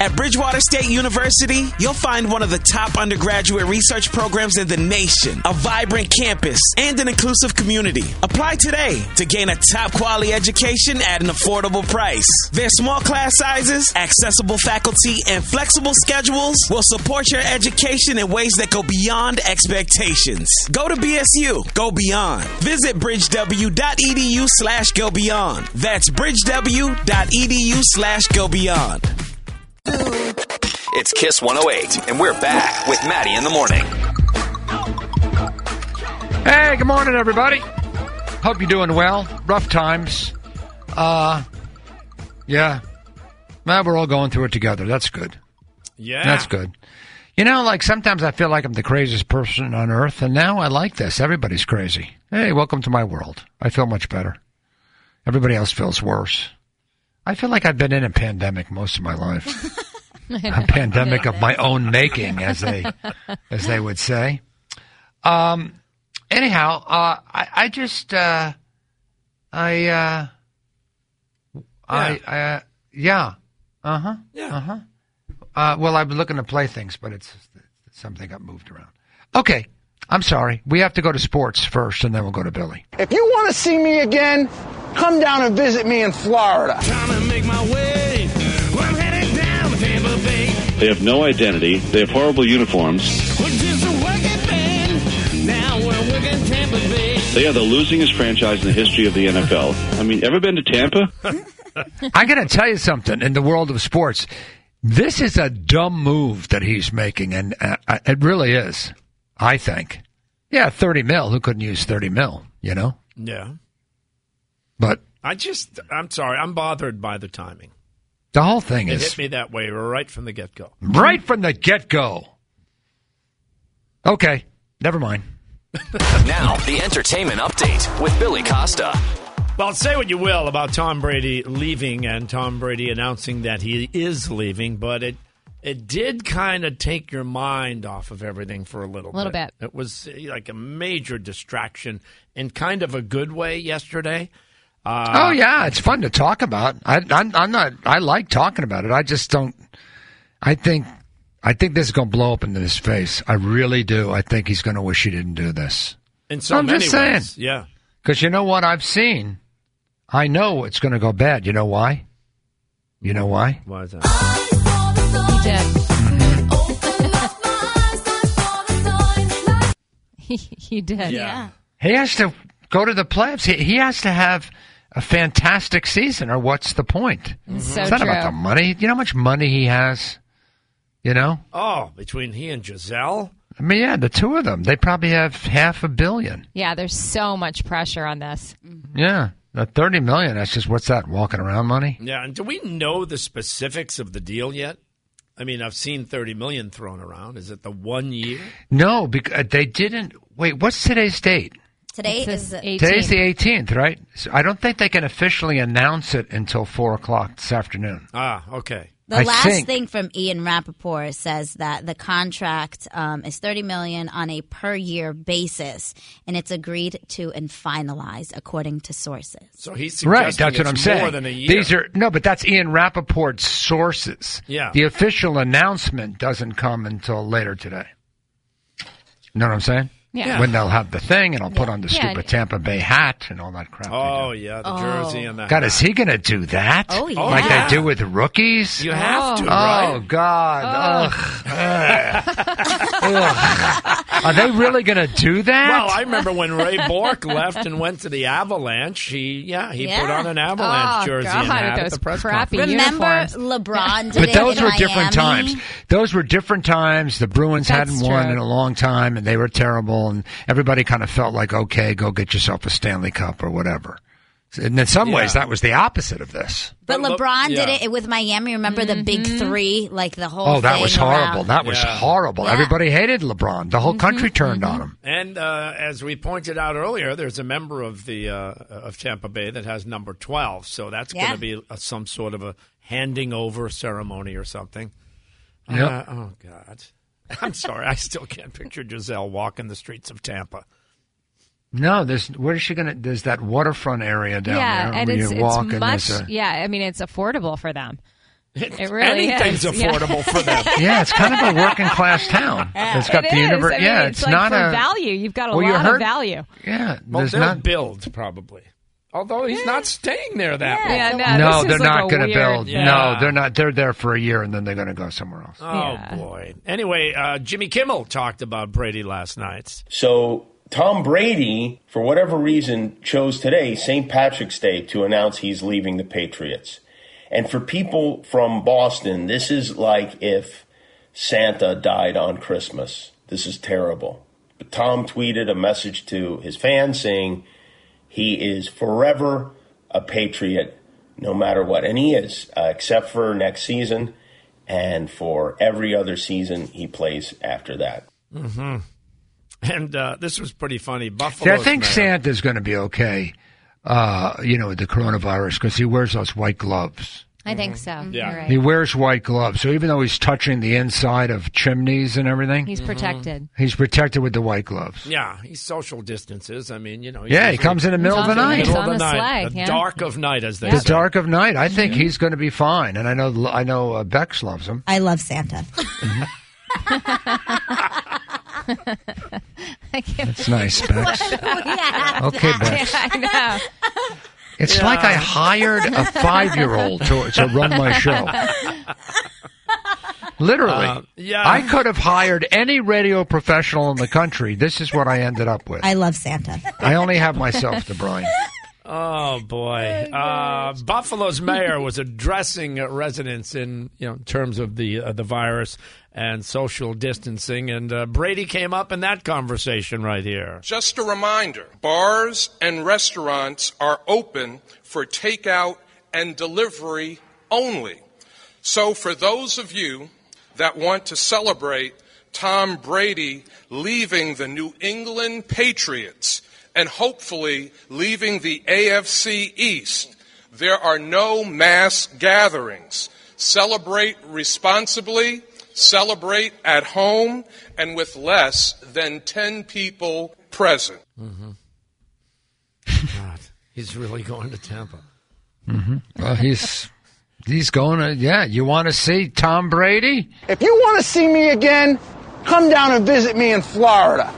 At Bridgewater State University, you'll find one of the top undergraduate research programs in the nation, a vibrant campus, and an inclusive community. Apply today to gain a top quality education at an affordable price. Their small class sizes, accessible faculty, and flexible schedules will support your education in ways that go beyond expectations. Go to BSU, go beyond. Visit bridgew.edu slash go beyond. That's bridgew.edu slash go beyond. It's Kiss 108, and we're back with Maddie in the morning. Hey, good morning, everybody. Hope you're doing well. Rough times. Uh, yeah. Well, we're all going through it together. That's good. Yeah. That's good. You know, like sometimes I feel like I'm the craziest person on earth, and now I like this. Everybody's crazy. Hey, welcome to my world. I feel much better. Everybody else feels worse. I feel like I've been in a pandemic most of my life. a pandemic of my own making, as they as they would say. Um, anyhow, uh, I, I just uh, I, uh, I I uh, yeah uh huh Yeah. uh huh. Uh, well, I've been looking to play things, but it's, it's something got moved around. Okay, I'm sorry. We have to go to sports first, and then we'll go to Billy. If you want to see me again, come down and visit me in Florida. Trying to make my way. Well, I'm headed down to Tampa Bay. They have no identity. They have horrible uniforms. We're just a working band. Now we're working Tampa Bay. They are the losingest franchise in the history of the NFL. I mean, ever been to Tampa? I got to tell you something in the world of sports. This is a dumb move that he's making, and uh, uh, it really is. I think. Yeah, thirty mil. Who couldn't use thirty mil? You know. Yeah. But I just, I'm sorry. I'm bothered by the timing. the whole thing It is hit me that way right from the get go. right from the get go. Okay, never mind. Now, the entertainment update with Billy Costa. Well, say what you will about Tom Brady leaving and Tom Brady announcing that he is leaving, but it it did kind of take your mind off of everything for a little, Little bit. It was eh, like a major distraction in kind of a good way yesterday. oh yeah, it's fun to talk about. I, I'm, I'm not. I like talking about it. I just don't. I think. I think this is going to blow up into his face. I really do. I think he's going to wish he didn't do this. In so I'm many just saying. ways, yeah. Because you know what I've seen? I know it's going to go bad. You know why? You know why? Why is Oh, that? He did. He, he did. Yeah. He has to go to the playoffs. He, he has to have a fantastic season, or what's the point? So it's not true. about the money. You know how much money he has? You know? Oh, between he and Giselle, I mean, yeah, the two of them. They probably have half a billion. yeah, there's so much pressure on this. Yeah. The 30 million, that's just what's that, walking around money? yeah. And do we know the specifics of the deal yet? I mean, I've seen thirty million thrown around. Is it the one year? No, because they didn't. Wait, what's today's date? Today This is 18. Today's the 18th, right? So I don't think they can officially announce it until 4 o'clock this afternoon. Ah, okay. the I last think- thing from Ian Rappaport says that the contract um, is thirty million on a per year basis, and it's agreed to and finalized according to sources. So he's suggesting Right, that's it's what I'm saying. More than a year. These are no, but that's Ian Rappaport's sources. Yeah. The official announcement doesn't come until later today. You know what I'm saying? Yeah. When they'll have the thing, and I'll put on the Yeah, stupid and- Tampa Bay hat and all that crap. they Oh do. yeah, the jersey and that. God, is he going to do that? Oh, yeah. like yeah. they do with rookies. You have to, Oh. right? Oh God! Ugh. Ugh. Are they really going to do that? Well, I remember when Ray Bork left and went to the Avalanche. He, yeah, he put Yeah. on an Avalanche Oh, jersey God, and hat at those the press crappy- conference. Remember, Uniforms. LeBron did But it those in were Miami? different times. Those were different times. The Bruins That's hadn't won true. in a long time, and they were terrible. And everybody kind of felt like, okay, go get yourself a Stanley Cup or whatever. And in some ways, Yeah. that was the opposite of this. But But Le- LeBron yeah. Mm-hmm. did it with Miami. Remember the big three, like the whole. Oh, that thing was horrible. around- That was Yeah. horrible. Yeah. Everybody hated LeBron. The whole Mm-hmm, country turned on him. And uh, as we pointed out earlier, there's a member of the uh, of Tampa Bay that has number twelve, so that's Yeah. going to be a, some sort of a handing over ceremony or something. Yeah. Uh, oh God, I'm sorry, I still can't picture Giselle walking the streets of Tampa. No, there's where's she gonna? There's that waterfront area down yeah, there and where it's you it's walk and much. there's a, yeah, I mean it's affordable for them. It really Anything's is. Yeah. affordable for them. Yeah, it's kind of a working class town. It's got It the is. univer- I mean, yeah, it's, it's, like not for a value. You've got a Well, you lot heard- of value. Yeah, Well, there's they're not. build probably. Although he's not staying there that long. Yeah, no, this they're is not like a going to weird- build. Yeah. No, they're not. They're there for a year and then they're going to go somewhere else. Oh Yeah. boy. Anyway, uh, Jimmy Kimmel talked about Brady last night. So Tom Brady, for whatever reason, chose today, St. Patrick's Day, to announce he's leaving the Patriots. And for people from Boston, this is like if Santa died on Christmas. This is terrible. But Tom tweeted a message to his fans saying he is forever a Patriot, no matter what. And he is, uh, except for next season and for every other season he plays after that. And uh, this was pretty funny. See, Buffalo. I think Santa's going to be okay. Uh, you know, with the coronavirus because he wears those white gloves. I think so. Yeah. You're right. He wears white gloves, so even though he's touching the inside of chimneys and everything, he's, He's Mm-hmm. protected. protected with the white gloves. Yeah, he social distances. I mean, you know. he's Yeah, he usually comes in the middle of on the the night. He's middle of on the a night, slag, the yeah. dark of night, as they The say. dark of night. I think he's going to be fine, and I know I know uh, Bex loves him. Mm-hmm. Mm-hmm. I love Santa. I can't- It's nice, Bex. okay, Bex. I know. It's like I hired a five-year-old to to run my show. Literally, Uh, yeah. I could have hired any radio professional in the country. This is what I ended up with. I love Santa. I only have myself to brine. Oh boy! Uh, Buffalo's mayor was addressing uh, residents in you know terms of the uh, the virus and social distancing, and uh, Brady came up in that conversation right here. Just a reminder bars and restaurants are open for takeout and delivery only. So, for those of you that want to celebrate Tom Brady leaving the New England Patriots and hopefully leaving the AFC East, there are no mass gatherings. Celebrate responsibly, celebrate at home, and with less than 10 people present. God, he's really going to Tampa. Well, he's he's going to yeah. You want to see Tom Brady? If you want to see me again, come down and visit me in Florida.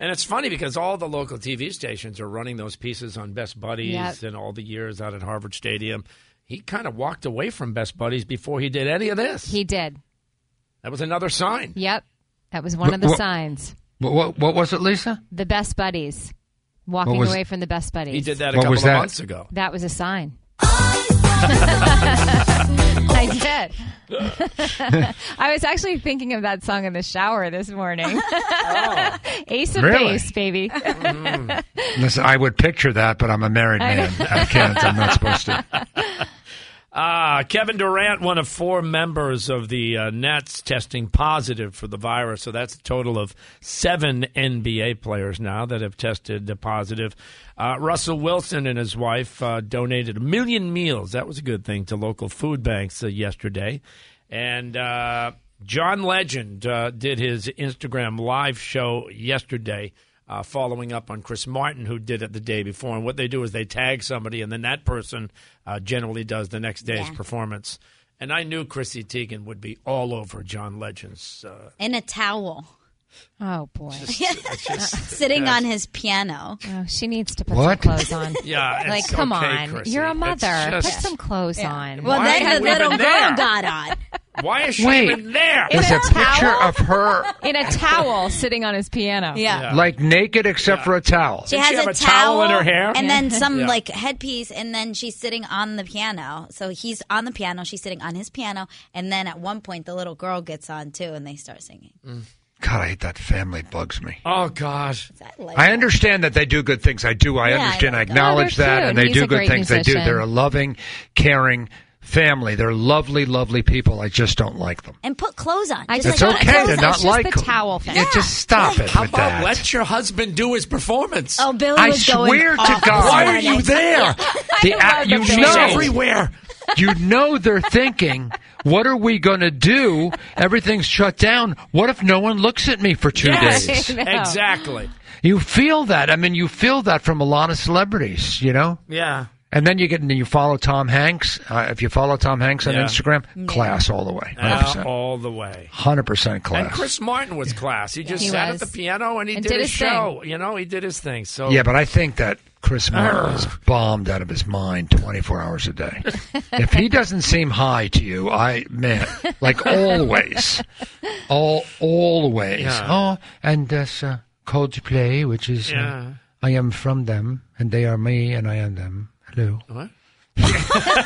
And it's funny because all the local TV stations are running those pieces on Best Buddies Yep. and all the years out at Harvard Stadium. He kind of walked away from Best Buddies before he did any of this. He did. that was another sign. Yep. That was one of the Wh- wh- signs. What what, what was it, Lisa? The best buddies. Walking was- away from the best buddies. He did that a What couple was of that? months ago. That was a sign. I did. I was actually thinking of that song in the shower this morning. Ace of Really? Base, baby. Listen, I would picture that, but I'm a married man. I can't. I'm not supposed to. Uh, Kevin Durant, one of four members of the uh, Nets, testing positive for the virus. So that's a total of seven NBA players now that have tested uh, positive. Uh, Russell Wilson and his wife uh, donated a million meals. That was a good thing to local food banks uh, yesterday. And uh, John Legend uh, did his Instagram live show yesterday uh, following up on Chris Martin, who did it the day before. And what they do is they tag somebody, and then that person uh, generally does the next day's performance. And I knew Chrissy Teigen would be all over John Legend's. Uh, In a towel, Oh, boy. sitting on his piano. Oh, she needs to put What? some clothes on. yeah, it's Like, come okay, on. Chrissy. You're a It's mother. just- Put some clothes on. Well, Why then are his we little even girl there? got on. Why is she Wait. even there? There's a a towel? picture of her in a towel sitting on his piano. Yeah. like naked except for a towel. She has she have a, a towel in her hair? and then some Yeah. like headpiece, and then she's sitting on the piano. So he's on the piano, she's sitting on his piano, and then at one point the little girl gets on too, and they start singing. God, I hate that family. Bugs me. Oh, God. I understand that they do good things. I do. I Yeah, I understand. I, know. acknowledge No, they're that, cute, and they and he's do a good great things. They do. musician. They're a loving, caring family. They're lovely, lovely people. I just don't like them. and put clothes on. I Just It's Like, "Oh, put okay clothes to it's on. not just like the towel thing. Yeah, just stop it How with about that. let your husband do his performance? Oh, Billy I was going swear to off God, this Why are morning. you there? The I a- love you the She's Billy. know, everywhere. you know they're thinking, what are we going to do? Everything's shut down. What if no one looks at me for two Yes. days? know. Exactly. You feel that. I mean, you feel that from a lot of celebrities. You know, Yeah. And then you get and you follow Tom Hanks. Uh, if you follow Tom Hanks on Yeah. Instagram, Yeah. class all the way, Now, hundred percent, Uh, all the way. hundred percent class. And Chris Martin was class. He just He sat was. at the piano and he And did, did his, his show. You know, he did his thing. Oh. So Yeah, but I think that Chris Martin is bombed out of his mind 24 hours a day. if he doesn't seem high to you, I man, like always, all always. Yeah. Oh, and this uh, Coldplay, which is uh, Yeah. I am from them, and they are me, and I am them. Hello. What?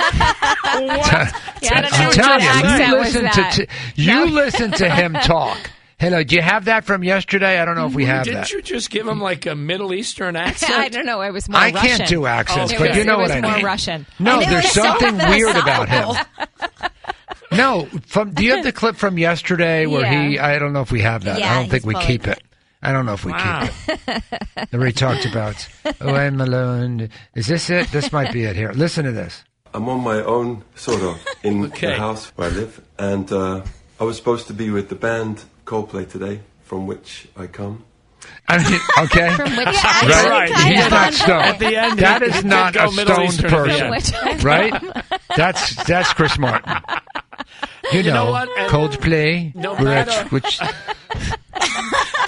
Yeah, I don't know I'm what your telling you, accent you was listen that. to t- you listen to him talk. Hello, do you have that from yesterday? I don't know if we have didn't that. you just give him like a Middle Eastern accent? I don't know. It was more. I can't Russian. Oh, do accents, It but was- you know it was what I more mean. Russian. No, And it there's was something something weird about him. assault. No, from do you have the clip from yesterday where he? I don't know if we have that. Yeah, I don't think he's we pulling keep it. I don't know if we keep it. Where he talked about, oh, I'm alone. Is this it? This might be it. Here, listen to this. I'm on my own, sort of, in the house where I live, and uh, I was supposed to be with the band Coldplay today, from which I come. I mean, okay, From which- Yeah, right? actually, kinda. He's not stoned. At the end, that he- is he not did go a Middle stoned Eastern at the end. From person, which I right? come. That's that's Chris Martin. You, You know know, what? And- Coldplay, No matter- which, which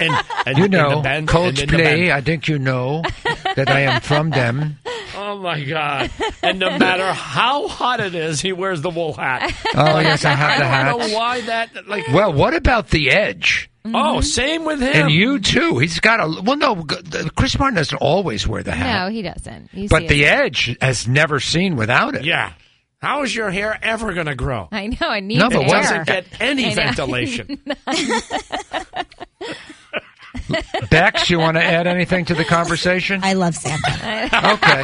and, you in the know, band- and in the Coldplay. band. I think you know that I am from them. Oh my God! And no matter how hot it is, he wears the wool hat. Oh, yes, I have the I don't hats. know why that. Like, Well, what about the Edge? oh, same with him. And you too. He's got a well. No, g- Chris Martin doesn't always wear the hat, No, he doesn't. You see but the it. Edge has never seen without it. Yeah. How is your hair ever going to grow? I know. I need No, but air. it doesn't get any I know. ventilation. Bex, you want to add anything to the conversation? I love Santa. okay.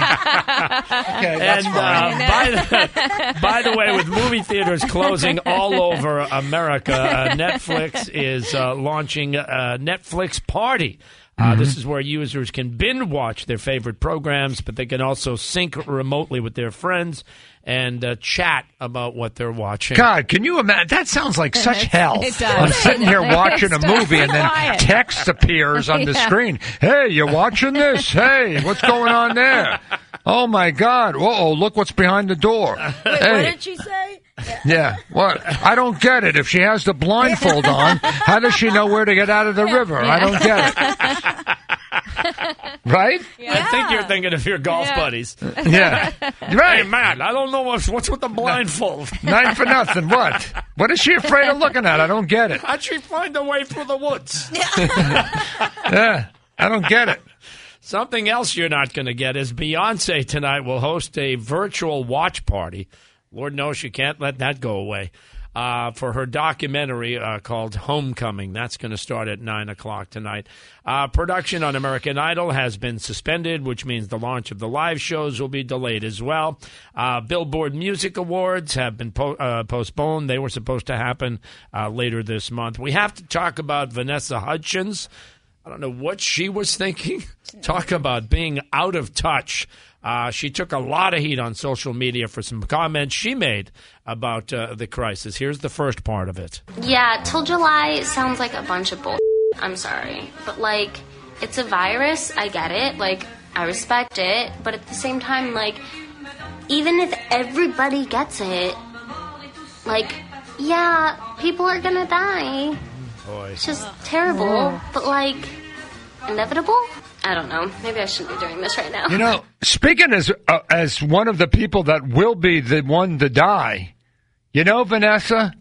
and uh, by, the, by the way, with movie theaters closing all over America, uh, Netflix is uh, launching a Netflix Party. Uh, This is where users can binge watch their favorite programs, but they can also sync remotely with their friends and uh, chat about what they're watching. God, can you imagine? That sounds like such hell. it does. I'm sitting here watching a Stop. movie and then Quiet. text appears on the Yeah. screen. Hey, you watching this? Hey, what's going on there? Oh my God! Whoa! Look what's behind the door. What hey, did she say? yeah. What? I don't get it. If she has the blindfold on, how does she know where to get out of the river? I don't get it. Right? I think you're thinking of your golf buddies. Yeah. Right. Hey, man, I don't know what's, what's with the blindfold. Nine for nothing. What? What is she afraid of looking at? I don't get it. How'd she find a way through the woods? Yeah, I don't get it. Something else you're not going to get is Beyonce tonight will host a virtual watch party. Lord knows she can't let that go away. Uh, for her documentary uh, called Homecoming. That's going to start at 9 o'clock tonight. Uh, production on American Idol has been suspended, which means the launch of the live shows will be delayed as well. Uh, Billboard Music Awards have been po- uh, postponed. They were supposed to happen uh, later this month. We have to talk about Vanessa Hudgens. I don't know what she was thinking. Talk about being out of touch. Uh, she took a lot of heat on social media for some comments she made about uh, the crisis. Here's the first part of it. Yeah, till July sounds like a bunch of bull. I'm sorry, but like, it's a virus. I get it. Like, I respect it, but at the same time, like, even if everybody gets it, like, yeah, people are gonna die. It's just terrible, Whoa. but like, inevitable. I don't know. Maybe I shouldn't be doing this right now. You know, speaking as uh, as one of the people that will be the one to die, you know, Vanessa.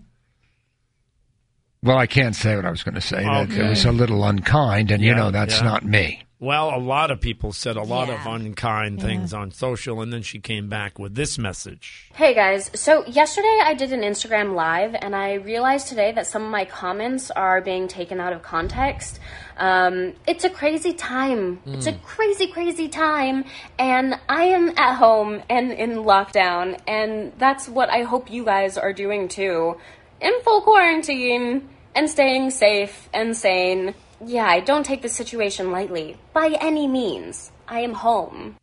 Well, I can't say what I was going to say. That- It Okay. was a little unkind, and you Yeah, know that's yeah. not me. Well, a lot of people said a lot of unkind things on social, and then she came back with this message. Hey guys, so yesterday I did an Instagram live and I realized today that some of my comments are being taken out of context. Um, it's a crazy time. It's a Hmm. Mm. crazy, crazy time. And I am at home and in lockdown. And that's what I hope you guys are doing too. In full quarantine and staying safe and sane. Yeah, I don't take the situation lightly by any means. I am home.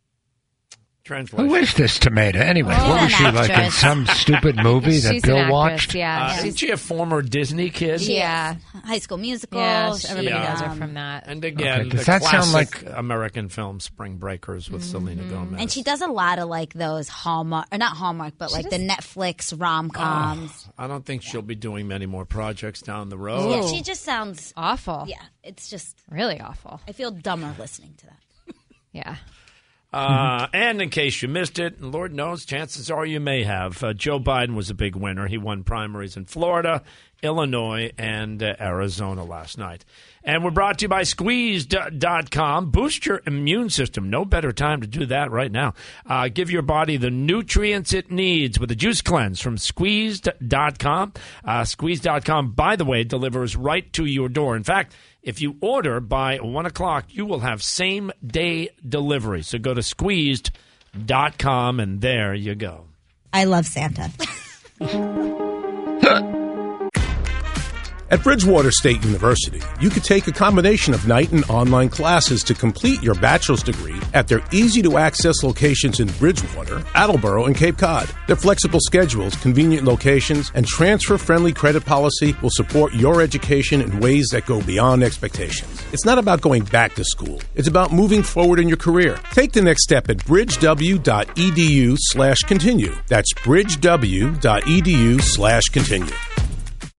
Translation. Who is this tomato? Anyway, She's what was an she like in actress. some stupid movie that She's Bill an actress, watched? yeah, Uh, yeah. Isn't she a former Disney kid? yeah. High School Musical. um, Yeah, she- everybody Yeah. knows her from that. And again, Okay, does the that sound classic American film Spring Breakers with Selena Gomez? Mm-hmm. And she does a lot of like those Hallmark, or not Hallmark, but like the Netflix rom coms. I don't think she'll be doing many more projects down the Oh. road. Yeah, she just sounds awful. Yeah, it's just really awful. I feel dumber listening to that. Yeah. Uh, and in case you missed it, and Lord knows, chances are you may have. Uh, Joe Biden was a big winner. He won primaries in Florida, Illinois, and uh, Arizona last night. And we're brought to you by Squeeze.com. Boost your immune system. No better time to do that right now. Uh, give your body the nutrients it needs with a juice cleanse from Squeezed.com. Uh, squeeze.com, by the way, delivers right to your door. In fact, if you order by 1 o'clock, you will have same day delivery. So go to squeezed.com and there you go. I love Santa. At Bridgewater State University, you could take a combination of night and online classes to complete your bachelor's degree at their easy to access locations in Bridgewater, Attleboro, and Cape Cod. Their flexible schedules, convenient locations, and transfer friendly credit policy will support your education in ways that go beyond expectations. It's not about going back to school, it's about moving forward in your career. Take the next step at E bridgew.edu E slash continue. That's bridgew.edu slash continue.